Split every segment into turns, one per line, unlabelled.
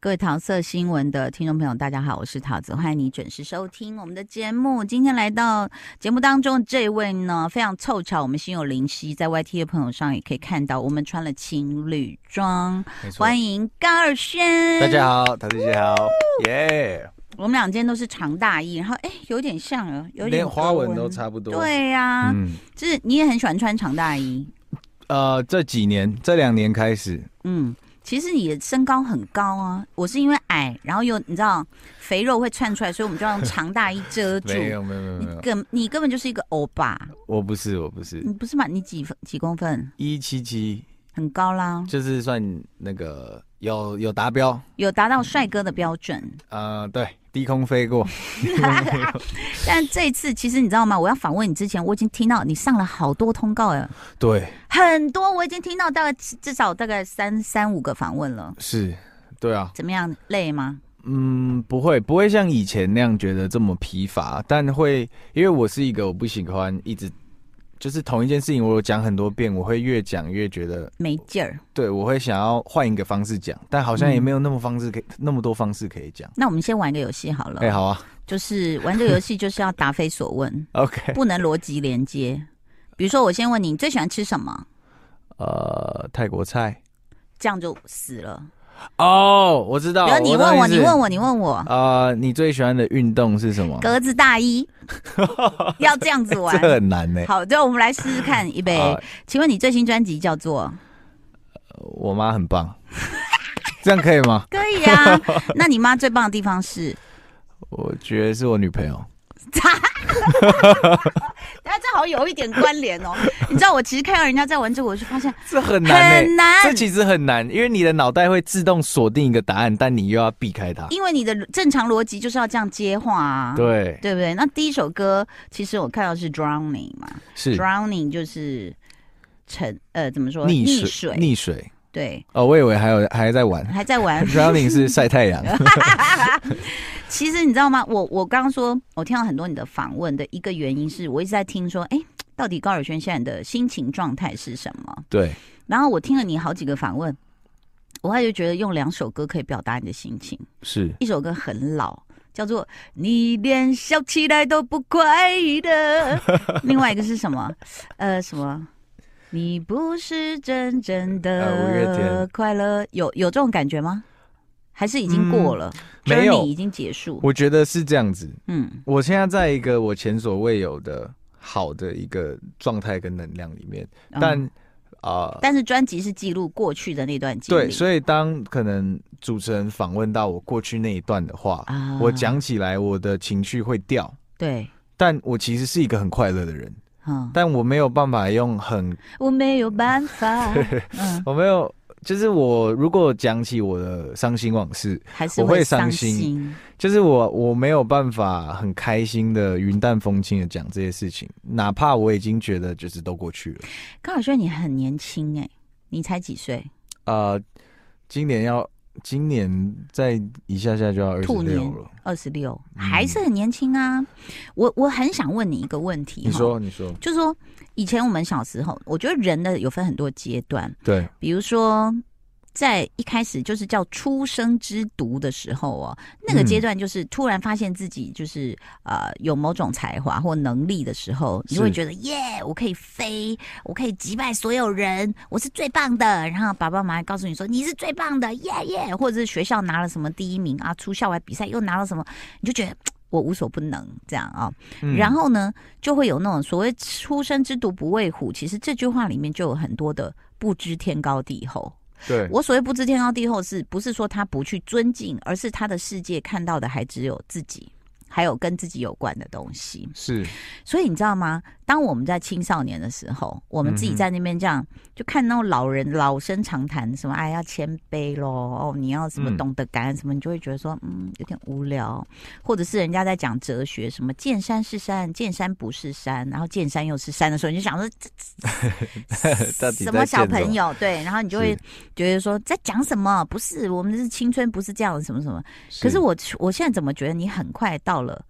各位桃色新闻的听众朋友，大家好，我是桃子，欢迎你准时收听我们的节目。今天来到节目当中的这位呢，非常凑巧，我们心有灵犀，在 YT 的朋友上也可以看到，我们穿了情侣装，
没错。
欢迎高尔轩。
大家好，陶姐姐好，耶！
我们俩今天都是长大衣，然后哎，有点像啊，有点
连花纹
格
都差不多。，
对啊呀、
嗯，
就是你也很喜欢穿长大衣，
呃，这几年这两年开始，
嗯，其实你的身高很高啊，我是因为矮，然后又你知道肥肉会窜出来，所以我们就要用长大衣遮 住。
没有没有没有
你嗯
没有，
根你根本就是一个欧巴，
我不是我不是
你不是嘛？你几分几公分？
一七七，
很高啦，
就是算那个有有达标，
有达到帅哥的标准。
呃，对，低空 飞过，
但这次其实你知道吗？我要访问你之前，我已经听到你上了好多通告了，
对，很
多我已经听到大概至少大概三三五个访问了。
是，对啊，
怎么样？累吗？
嗯，不会，不会像以前那样觉得这么疲乏，但会因为我是一个我不喜欢一直就是同一件事情，我有讲很多遍，我会越讲越觉得
没劲儿。
对，我会想要换一个方式讲，但好像也没有那么方式可以、那么多方式可以讲。
那我们先玩一个游戏好了，
哎、好啊
就是玩这个游戏就是要答非所 问，
，OK，
不能逻辑连接。比如说，我先问你，你最喜欢吃什么？
呃，泰国菜
这样就死了。
哦我知道。
比如你问我，你问
我
我，你问我，
懂意思，呃，你最喜欢的运动是什么？
格子大 衣，要这样子玩。
这很难呢、
好，对，我们来试试看，一杯
啊。
请问你最新专辑叫 做？
我妈很棒， 这样可以吗？
可以啊。那你妈最棒的地方是？
我觉得是我女朋友。
哎，这好像有一点关联哦。你知道，我其实看到人家在玩这个，我就发现
这很难呢、欸
很难
这，其实很难，因为你的脑袋会自动锁定一个答案，但你又要避开它。
因为你的正常逻辑就是要这样接话啊。。
对，
对不对？那第一首歌其实我看到是 drowning 嘛
是
，drowning 就是沉呃怎么说
溺水，
水
溺水。
对，
哦，我以为还有还在 玩
还在玩。
，drowning 是晒太 阳。
其实你知道吗？我我刚刚说，我听到很多你的访问的一个原因是我一直在听说，哎，到底高尔轩现在的心情状态是什么？
对，
然后我听了你好几个访问，我后来就觉得用两首歌可以表达你的心情，
是
一首歌很老。叫做你连笑起来都不快乐， 另外一个是什么？呃，什么？你不是真正
呃五月
的
天
快乐，有有这种感觉吗？还是已经过
嗯
了？
没有
journey 已经结束。
我觉得是这样子。
嗯，
我现在在一个我前所未有的好的一个状态跟能量里面，
嗯
但啊、
但是专辑是记录过去的那段经历，
对，所以当可能主持人访问到我过去那一段的话，
啊
我讲起来我的情绪会掉，
对，
但我其实是一个很快乐的人，
嗯，
但我没有办法用很，
我没有办 法，嗯，
我没有，就是我如果讲起我的伤心往事，
还是
我会
伤
伤心就是我我没有办法很开心的云淡风轻的讲这些事情，哪怕我已经觉得就是都过去了。
高晓轩，你很年轻哎、你才几岁？
呃，今年要今年再一下下就要二十
兔
六
年
了。嗯
二十六，还是很年轻啊。我我很想问你一个问题，
你
哈，
说，你说，
就说以前我们小时候，我觉得人的有分很多阶段，
对，
比如说。在一开始就是叫出生之毒的时候哦，那个
嗯
阶段就是突然发现自己就是、呃有某种才华或能力的时候，你
是
会觉得耶，我可以飞，我可以击败所有人，我是最棒的。然后爸爸妈妈告诉你说你是最棒的，耶耶，或者是学校拿了什么第一名啊，出校外比赛又拿了什么，你就觉得。嘖我无所不能，这样啊、
嗯
然后呢，就会有那种所谓“出生之毒不畏虎”。其实这句话里面就有很多的不知天高地厚。
对，
我所谓不知天高地厚，是不是说他不去尊敬，而是他的世界看到的还只有自己，还有跟自己有关的东西。
是
所以你知道吗？当我们在青少年的时候，我们自
嗯
己在那边这样，就看那种老人老生常谈，什么哎要谦卑咯，哦你要什么
嗯
懂得感恩什么，你就会觉得说嗯有点无聊，或者是人家在讲哲学，什么见山是山，见山不是山，然后见山又是山的时候，你就想说 这
到底
什
在
么
见
小
什么
朋友对，然后你就会
是
觉得说在讲什么？不是我们是青春，不是这样的什么什么。可是我我现在怎么觉得你很快到了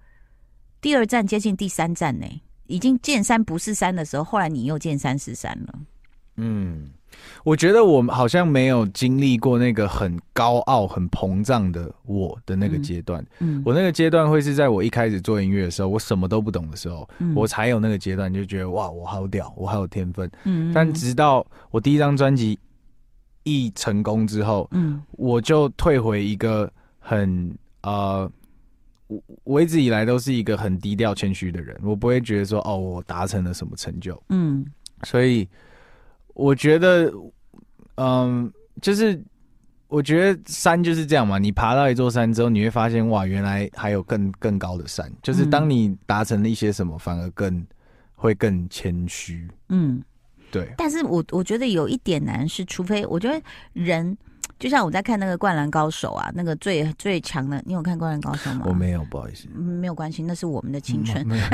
第二站，接近第三站呢？已经见山不是山的时候，后来你又见山是山了。
嗯，我觉得我好像没有经历过那个很高傲、很膨胀的我的那个
嗯
阶段。
嗯，
我那个阶段会是在我一开始做音乐的时候，我什么都不懂的时候，
嗯
我才有那个阶段，就觉得哇，我好屌，我好有天分。
嗯
但直到我第一张专辑一成功之后，
嗯
我就退回一个很呃，我我一直以来都是一个很低调谦虚的人，我不会觉得说哦，我达成了什么成就，
嗯
所以我觉得，嗯，就是我觉得山就是这样嘛，你爬到一座山之后，你会发现哇，原来还有更更高的山，就是当
嗯
你达成了一些什么，反而更会更谦虚，
嗯，
对，
但是我我觉得有一点难是，除非我觉得人。就像我在看那个《灌篮高手》啊，那个最最强的，你有看《灌篮高手》吗？
我没有，嗯不好意思，
嗯，没有关系，那是我们的青春，
没有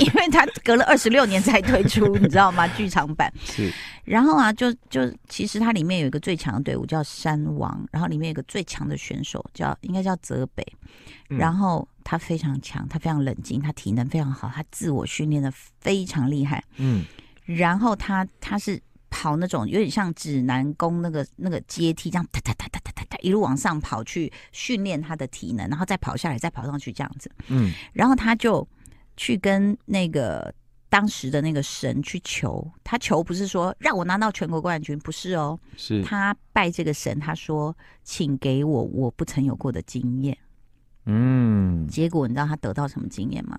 因为他隔了二十六年才推出，你知道吗？剧场版。
是
然后啊，就就其实它里面有一个最强的队伍叫山王，然后里面有一个最强的选手叫应该叫泽北，
嗯
然后他非常强，他非常冷静，他体能非常好，他自我训练的非常厉害。
嗯
然后他他是跑那种有点像指南宫那个那个阶梯这样哒哒哒哒哒哒哒一路往上跑去训练他的体能，然后再跑下来，再跑上去这样子。
嗯
然后他就去跟那个当时的那个神去求，他求不是说让我拿到全国冠军，不是哦，
是
他拜这个神，他说请给我我不曾有过的经验。
嗯
结果你知道他得到什么经验吗？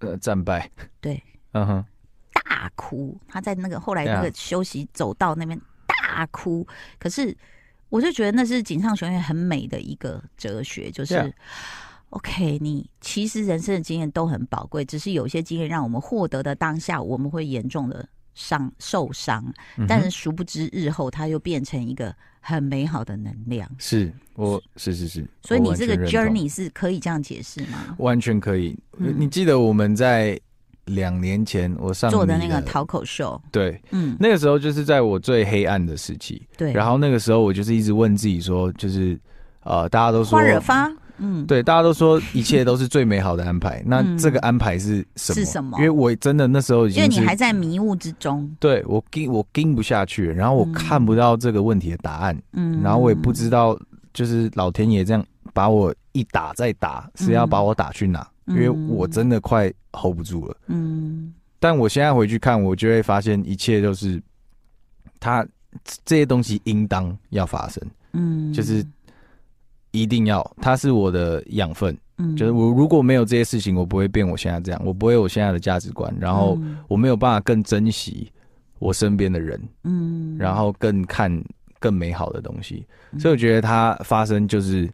呃战败
对
嗯哼
大哭，他在那个后来那
对
个
啊
休息走道那边大哭，可是我就觉得那是井上雄彦很美的一个哲学，就是。
对啊
OK，你其实人生的经验都很宝贵，只是有些经验让我们获得的当下，我们会严重的伤受伤，
嗯哼
但是殊不知日后它又变成一个很美好的能量。
是我是是是，
所以
我
你
完
这个
全认同
journey 是可以这样解释吗？
完全可以。
嗯
你记得我们在两年前我上
做的
你
那个讨口秀，
对，
嗯，
那个时候就是在我最黑暗的时期。
对，
然后那个时候我就是一直问自己说，就是呃，大家都说
花惹发，嗯，
对，大家都说一切都是最美好的安 排。那
嗯
这个安排是什么？
是什么
因为我真的那时候已
因
经
为你
是
还在迷雾之中，
对我跟我跟不下去，然后我
嗯
看不到这个问题的答案，
嗯，
然后我也不知道，就是老天爷这样把我一打再打，是要
嗯
把我打去哪？因为我
嗯
真的快 hold 不住了。
嗯，
但我现在回去看，我就会发现一切都是它这些东西应当要发生，
嗯嗯，
就是一定要，它是我的养分。
嗯，
就是我如果没有这些事情，我不会变我现在这样，我不会有我现在的价值观，然后
嗯
我没有办法更珍惜我身边的人，
嗯，
然后更看更美好的东西。
嗯
所以我觉得它发生就是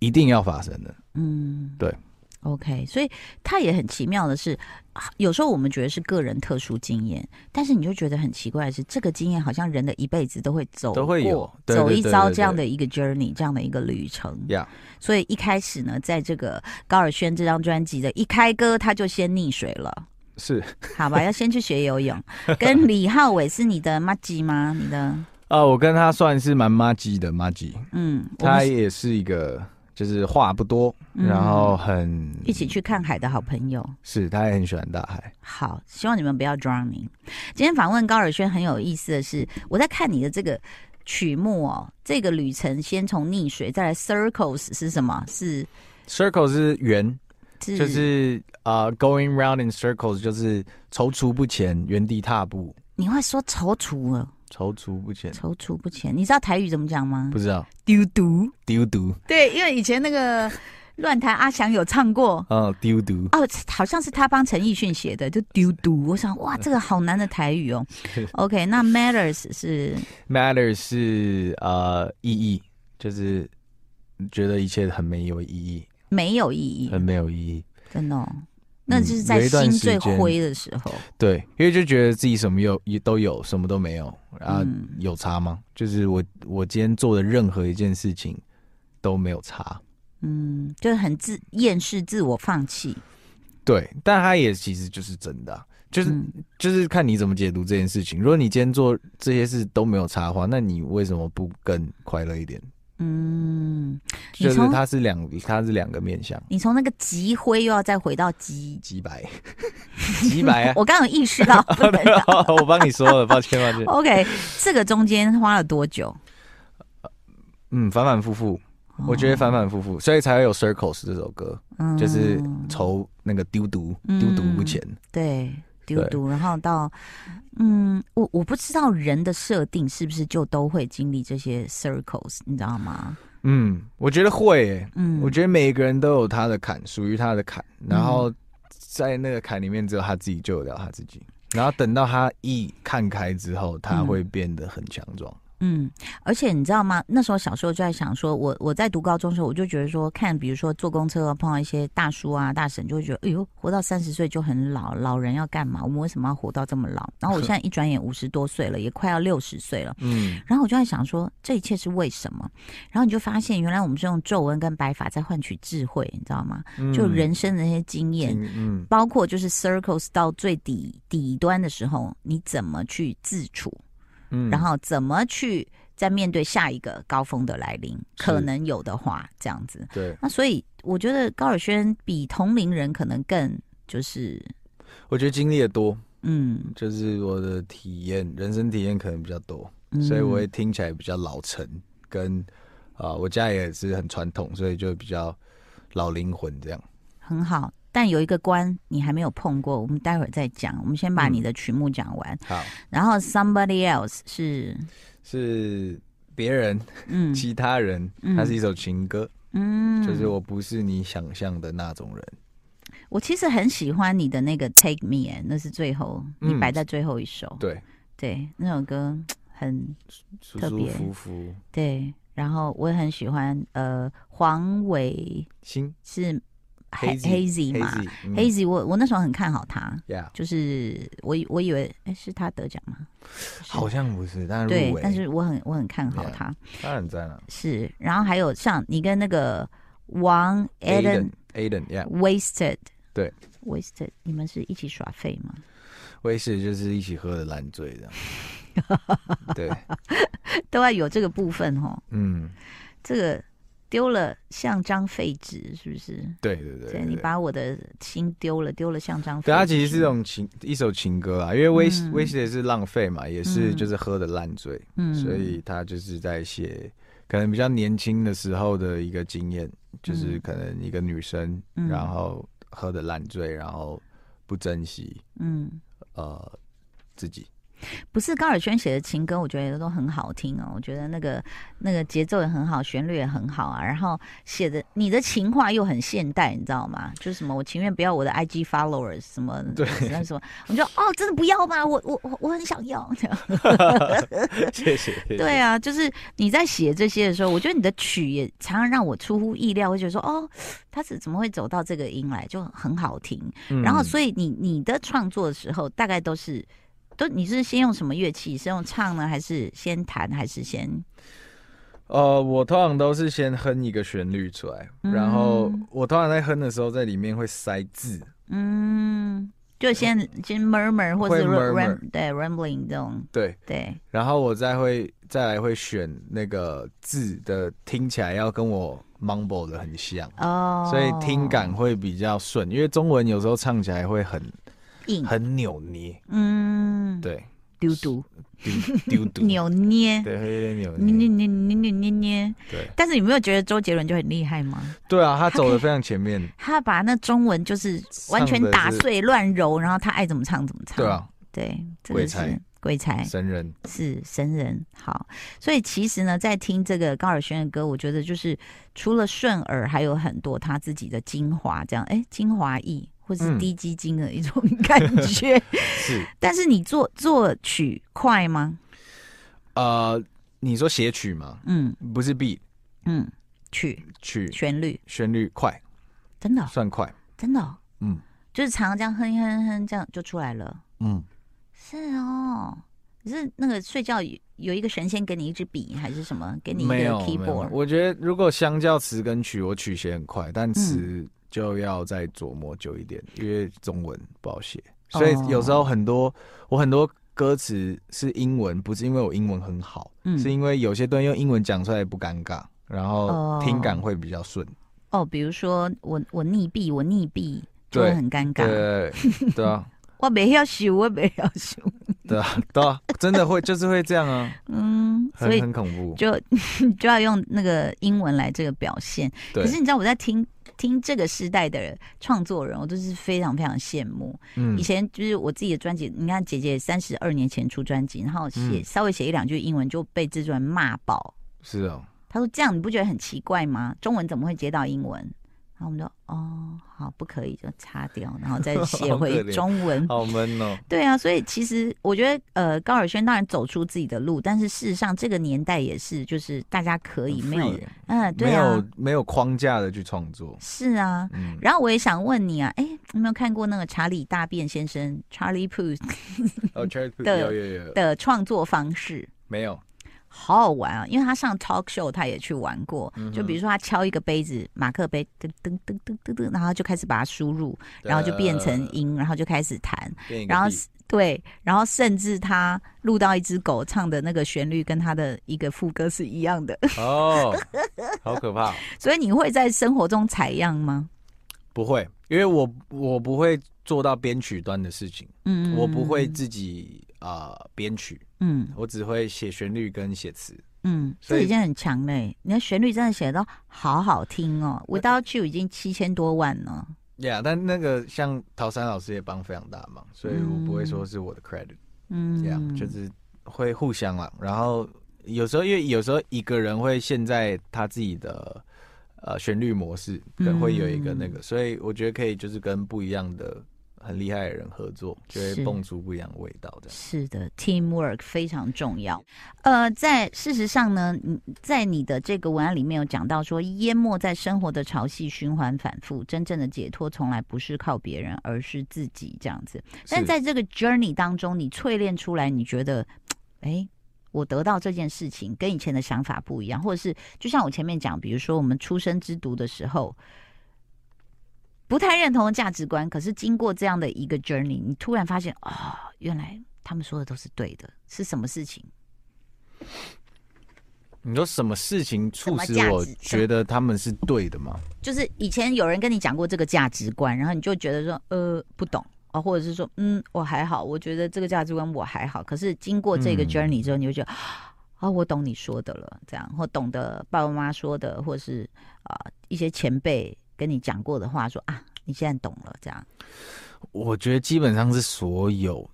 一定要发生的。
嗯，
对。
OK，所以它也很奇妙的是，啊有时候我们觉得是个人特殊经验，但是你就觉得很奇怪的是，这个经验好像人的一辈子都会走
都会有
过
对
走
对
一
对
遭
对
这样
对
的一个 journey，这样的一个旅程。
呀、
所以一开始呢，在这个高尔宣这张专辑的一开歌，他就先溺水了，
是
好吧？要先去学游 泳。跟李浩伟是你的妈吉吗？你的
啊、我跟他算是蛮妈鸡的妈鸡，
嗯，我
他
们
也是一个就是话不多，
嗯
然后很
一起去看海的好朋友。
是，他也很喜欢大海。
好，希望你们不要 drowning。今天访问高尔轩很有意思的是，我在看你的这个曲目哦，这个旅程先从溺水，再来 circles 是什么？是
Circle 是圆，
是
就是呃、going round in circles，就是踌躇不前，原地踏步，
你会说踌躇了，
踌躇不前，
踌躇不前。你知道台语怎么讲吗
不？知道
丢毒。
丢毒，
对，因为以前那个乱弹阿翔有唱过。
嗯，丢毒，
哦，好像是他帮陈奕迅写的，就丢毒。我想，哇，这个好难的台语 哦。OK，那 matters 是
matter 是呃意义，就是觉得一切很没有意义，
没有意义，
很没有意义。
真的、哦，那就是在
有一段
心
时
最
间
灰的时候。
对，因为就觉得自己什么有也都有，什么都没有啊，
嗯
有差吗？就是我我今天做的任何一件事情都没有差。
嗯，就是很自厌世、自我放弃。
对，但它也其实就是真的啊、就是、
嗯
就是看你怎么解读这件事情。如果你今天做这些事都没有差的话，那你为什么不更快乐一点？
嗯，你
就是
从
它是两它是两个面向，
你从那个极灰又要再回到极，
几百 几百啊
我刚刚有意识到，不 能讲。
我帮你说了，抱歉 抱歉。
OK，这个中间花了多久？
嗯，反反复复，我觉得反反复复，所以才会有 Circles 这首歌，
嗯
就是筹那个丢毒丢毒不前。
对丢毒，然后到嗯，我我不知道人的设定是不是就都会经历这些 circles，你知道吗？
嗯，我觉得会、欸，
嗯，
我觉得每一个人都有他的坎，属于他的坎，然后在那个坎里面，只有他自己救得了他自己。然后等到他一看开之后，他会变得很强壮。
嗯，而且你知道吗？那时候小时候就在想说，我我在读高中的时候，我就觉得说，看比如说坐公车啊，碰到一些大叔啊、大婶，就会觉得，哎呦，活到三十岁就很老，老人要干嘛？我们为什么要活到这么老？然后我现在一转眼五十多岁了，也快要六十岁了。
嗯，
然后我就在想说，这一切是为什么？然后你就发现，原来我们是用皱纹跟白发在换取智慧，你知道吗？
嗯
就人生的那些经验，
嗯
包括就是 circles 到最底底端的时候，你怎么去自处，
嗯
然后怎么去再面对下一个高峰的来临，
是
可能有的话，这样子。
对，
那所以我觉得高尔轩比同龄人可能更就是
我觉得经历的多，
嗯，
就是我的体验，人生体验可能比较多，
嗯
所以我会听起来比较老成，跟啊、我家也是很传统，所以就比较老灵魂这样。
很好。但有一个关你还没有碰过，我们待会儿再讲。我们先把
嗯
你的曲目讲完，
好，
然后 somebody else 是
是别人，
嗯
其他人，
嗯
它是一首情歌，
嗯，
就是我不是你想象的那种人。
我其实很喜欢你的那个 Take Me，、哎，那是最后
嗯
你摆在最后一首，
对，
对，那首歌很
舒
特
舒
别
服服，
对，然后我也很喜欢，呃，黄伟
心
是
Hazy
Hazy 嘛
Hazy，嗯
Hazy，我我那时候很看好他，
，Yeah，
就是我以我以为哎是他得奖吗？
好像不是，但是
对
入，围，
但是我很我很看好
Yeah
他
当然在了。
是，然后还有像你跟那个王 Eden
Aden，Aden，Yeah，
Wasted
对
Wasted，你们是一起耍废吗？
威士就是一起喝的烂醉 这样。对，
都要有这个部分哦。
嗯，
这个丢了像张废纸，是不是？
对对对
对
对，
你
对
把我的心丢了，丢了像张废纸。
对，它其实是一种情一首情歌啊，因为威
嗯
威士也是浪费嘛，也是
嗯
就是喝的烂醉，
嗯
所以他就是在写可能比较年轻的时候的一个经验，就是
嗯
可能一个女生，
嗯
然后喝的烂醉，然后不珍惜
嗯，
呃 自己，
不是高尔宣写的情歌，我觉得都很好听哦。我觉得那个那个节奏也很好，旋律也很好啊。然后写的你的情话又很现代，你知道吗？就是什么我情愿不要我的 IG followers 什么
对
什么什么，我就哦真的不要吗？我我我我很想要。这样
谢谢。谢谢
对，啊，就是你在写这些的时候，我觉得你的曲也常常让我出乎意料，会觉得说，哦，他是怎么会走到这个音来，就很好听。
嗯
然后，所以你你的创作的时候，大概都是都你是先用什么乐器？是用唱呢，还是先弹，还是先
呃，我通常都是先哼一个旋律出来，
嗯
然后我通常在哼的时候，在里面会塞字，
嗯，就先先 murmur 或是
会
ram-
murmur
ram- 对 rambling 这种
对，
对，
然后我再会再来会选那个字的听起来要跟我 mumble 的很像，
哦，
所以听感会比较顺，因为中文有时候唱起来会很
硬，
很扭捏，
嗯，
对，
丢丢
丢丢嘟，
扭捏。
对，会有点扭
捏捏捏
捏，
捏捏捏捏，
对，
但是你没有觉得周杰伦就很厉害吗？
对啊，他走的非常前面，
他把那中文就是完全打碎乱揉，然后他爱怎么唱怎么唱。
对啊，
对，这
鬼
个
才
是鬼才，
神人，
是神人。好，所以其实呢，在听这个高尔宣的歌，我觉得就是除了顺耳，还有很多他自己的精华，这样哎，精华意或是
嗯
低基金的一种感 觉。
是，
但是你作作曲快吗？
呃，你说写曲吗？
嗯
不是 beat
嗯，曲
曲，
旋律
旋律快，
真的哦
算快，
真的哦，
嗯
就是常常这样哼一哼一哼，这样就出来了。
嗯，
是哦，你是那个睡觉有有一个神仙给你一支笔还是什么，给你一个
没有没有
keyboard，
我觉得如果相较词跟曲，我曲写很快，但
嗯
词就要再琢磨久一点，因为中文不好写，所以
哦
有时候很多、我很多歌词是英文，不是因为我英文很好，
嗯
是因为有些东西用英文讲出来不尴尬，然后听感会比较顺。
哦，比如说我我溺毙，我溺毙就会
对
很尴尬。
对对啊，
我没要修，我没要修，
对啊，对啊，真的会就是会这 样啊，
嗯，所
很
以
很恐怖。
就 就要用那个英文来这个表现。
对
可，是你知道我在听听这个时代的创作人，我都是非常非常羡慕。
嗯
以前就是我自己的专辑，你看姐姐三十二年前出专辑，然后写、
嗯
稍微写一两句英文就被制作人骂爆。
是哦，
他说这样你不觉得很奇怪吗？中文怎么会接到英文？然后我们说哦，好，不可以就擦掉，然 后再写
好可
回
怜
中文。
好闷哦。
对啊，所以其实我觉得，呃，高尔宣当然走出自己的路，但是事实上这个年代也是，就是大家可以
很
没有
free，耶，
嗯，对
没
啊
有，没有框架的去创作。
是啊。
嗯，
然后我也想问你啊，哎，你有没有看过那个查理大便先生 Charlie Puth
哦 c h a r l
的
有有有，
的创作方式？
没有，
好好玩啊！因为他上 talk show，他也去玩过。
嗯哼
就比如说，他敲一个杯子，马克杯，噔噔噔噔噔噔，然后就开始把它输入，
对
然后就变成音，然后就开始弹。
呃变一个
然后
地
是对，然后甚至他录到一只狗唱的那个旋律跟他的一个副歌是一样的，
哦，好可怕哦、
所以你会在生活中采样吗？
不会，因为我我不会做到编曲端的事情，
嗯，
我不会，自己啊编、曲，
嗯
我只会写旋律跟写词。
嗯，
所
这
以
已经很强嘞，你的旋律真的写的好好听哦，Without You 已经七千多万了，
Yeah，但那个像陶山老师也帮非常大忙，所以我不会说是我的 credit，
嗯，
这样、就是会互相啦。然后有时候因为有时候一个人会陷在他自己的呃旋律模式，可能会有一个
嗯
那个，所以我觉得可以就是跟不一样的很厉害的人合作，就会
是
蹦出不一样的味道这样。
是的，teamwork 非常重要。呃，在事实上呢，你在你的这个文案里面有讲到说，淹没在生活的潮汐循环反复，真正的解脱从来不是靠别人，而是自己这样子。但
是
在这个 journey 当中，你淬炼出来，你觉得，哎。我得到这件事情跟以前的想法不一样，或者是就像我前面讲，比如说我们出生之读的时候，不太认同的价值观，可是经过这样的一个 journey，你突然发现啊、原来他们说的都是对的，是什么事情？
你说什么事情促使
什么价值
我觉得他们是对的吗？
就是以前有人跟你讲过这个价值观，然后你就觉得说呃不懂啊、或者是说嗯我还好，我觉得这个价值观我还好。可是经过这个
嗯
journey 之后，你就觉得啊、我懂你说的了，这样或懂得爸爸妈妈说的，或是啊、一些前辈跟你讲过的话，说啊你现在懂了，这样
我觉得基本上是所有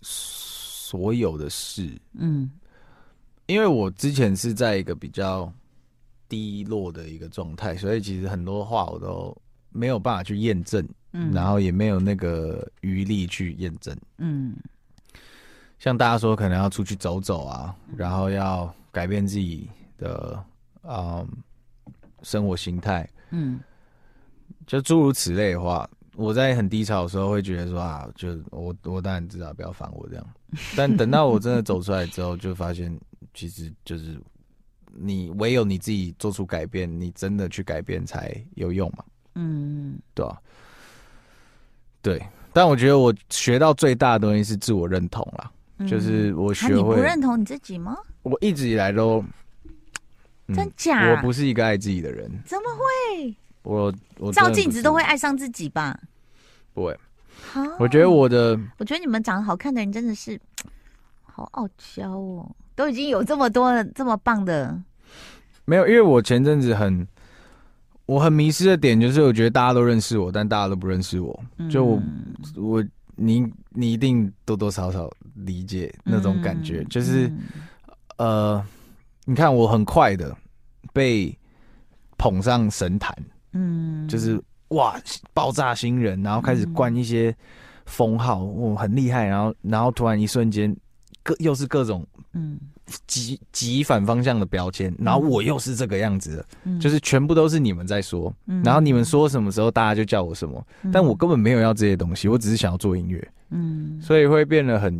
所有的事，
嗯
因为我之前是在一个比较低落的一个状态，所以其实很多话我都没有办法去验证，
嗯，
然后也没有那个余力去验证。
嗯
像大家说，可能要出去走走啊，然后要改变自己的嗯生活心态，
嗯
就诸如此类的话，我在很低潮的时候会觉得说啊，就我我当然知道不要烦我这样，但等到我真的走出来之后，就发现其实就是你唯有你自己做出改变，你真的去改变才有用嘛，
嗯
对吧、对，但我觉得我学到最大的东西是自我认同啦，
嗯，
就是我
啊
学
你不
会，
认同你自己吗？
我一直以来都，嗯
真假？
我不是一个爱自己的人，
怎么会？
我我真的
照
不
镜子
是
都会爱上自己吧？
不会，
啊
我觉得我的。
我觉得你们长得好看的人真的是好傲娇哦，都已经有这么多的这么棒的，
没有，因为我前阵子很，我很迷失的点就是，我觉得大家都认识我，但大家都不认识我。
嗯
就我我你你一定多多少少理解那种感觉，
嗯
就是呃，你看我很快的被捧上神坛，
嗯
就是哇爆炸新人，然后开始冠一些封号，我、很厉害，然后然后突然一瞬间，各又是各种
嗯
极极反方向的标签，然后我又是这个样子的。
嗯
就是全部都是你们在说，
嗯
然后你们说什么时候大家就叫我什么，
嗯
但我根本没有要这些东西，我只是想要做音乐，
嗯，
所以会变得很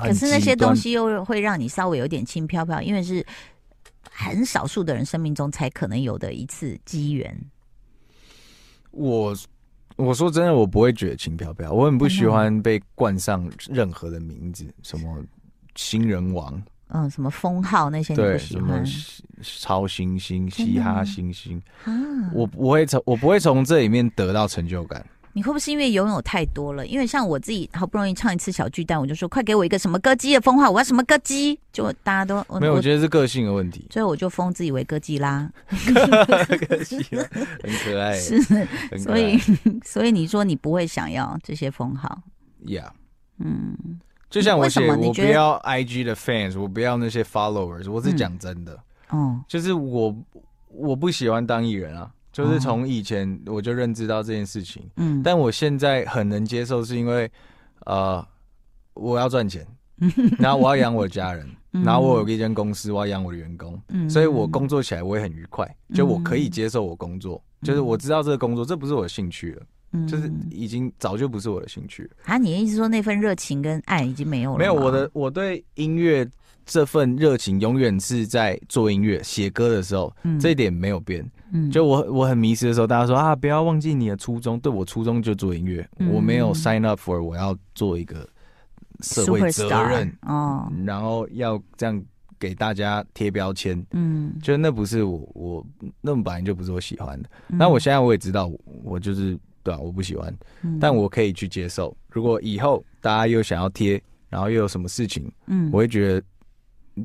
很
可是那
极
些
端
东西又会让你稍微有点轻飘飘，因为是很少数的人生命中才可能有的一次机缘。
我我说真的，我不会觉得轻飘飘，
嗯
我很不喜欢被冠上任何的名字，什么新人王，
嗯什么封号那些你不
对，
喜
什
欢
么西超新星、
真的
嘻哈
吗
新星，
啊？
我不会从我不会从这里面得到成就感。
你会不会是因为游泳太多了？因为像我自己好不容易唱一次小巨蛋，我就说快给我一个什么歌姬的封号，我要什么歌姬，就大家都我
没有，
我，
我觉得是个性的问题
所以我就封自己为歌姬啦。
个性啊很可爱，
是，
很可
所以
爱。
所以你说你不会想要这些封号，
Yeah，
嗯，
就像我
为什
写，
么你
我不
觉得
要 IG 的 fans，我不要那些 followers，我是
嗯
讲真的，
哦，
就是我我不喜欢当艺人啊，就是
哦
从以前我就认知到这件事情，
嗯，
但我现在很能接受，是因为呃，我 要赚钱，然后我要养我的家人，
嗯
然后我有一间公司，我要养我的员工，
嗯
所以我工作起来我也很愉快，就我可以接受我工作，就是我知道这个工作这不是我的兴趣了，就是
嗯
已经早就不是我的兴趣了。
啊，你的意思说那份热情跟爱已经没有了吗？
没有我的，我对音乐这份热情永远是在做音乐、写歌的时候，
嗯
这一点没有变。
嗯，
就我我很迷失的时候，大家说啊，不要忘记你的初衷。对我初衷就做音乐，
嗯
我没有 sign up for 我要做一个社会责
Superstar
任，
哦，
然后要这样给大家贴标签。
嗯，
就是那不是我，我那本来就不是我喜欢的。那我现在我也知道，我我就是对啊，我不喜欢，
嗯，
但我可以去接受。如果以后大家又想要贴，然后又有什么事情，
嗯
我会觉得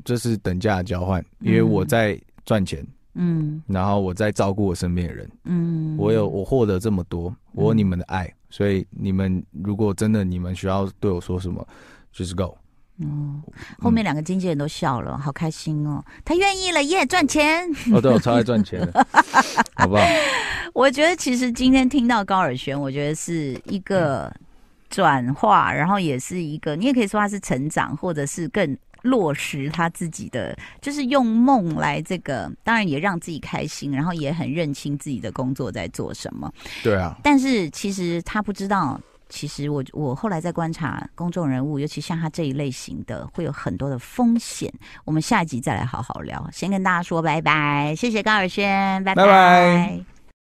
这是等价的交换，因为
嗯
我在赚钱，
嗯
然后我在照顾我身边的人，
嗯，
我有我获得这么多，我有你们的爱，所以你们如果真的你们需要对我说什么，就是 go。
哦，
嗯
后面两个经纪人都笑了，好开心哦，他愿意了耶，赚钱。
哦，对，我超爱赚钱的， 好不好？
我觉得其实今天听到高尔宣，我觉得是一个转化，然后也是一个，你也可以说他是成长，或者是更落实他自己的，就是用梦来这个，当然也让自己开心，然后也很认清自己的工作在做什么。
对啊，
但是其实他不知道，其实我我后来在观察公众人物，尤其像他这一类型的，会有很多的风险。我们下一集再来好好聊，先跟大家说拜拜，谢谢高尔轩，拜
拜拜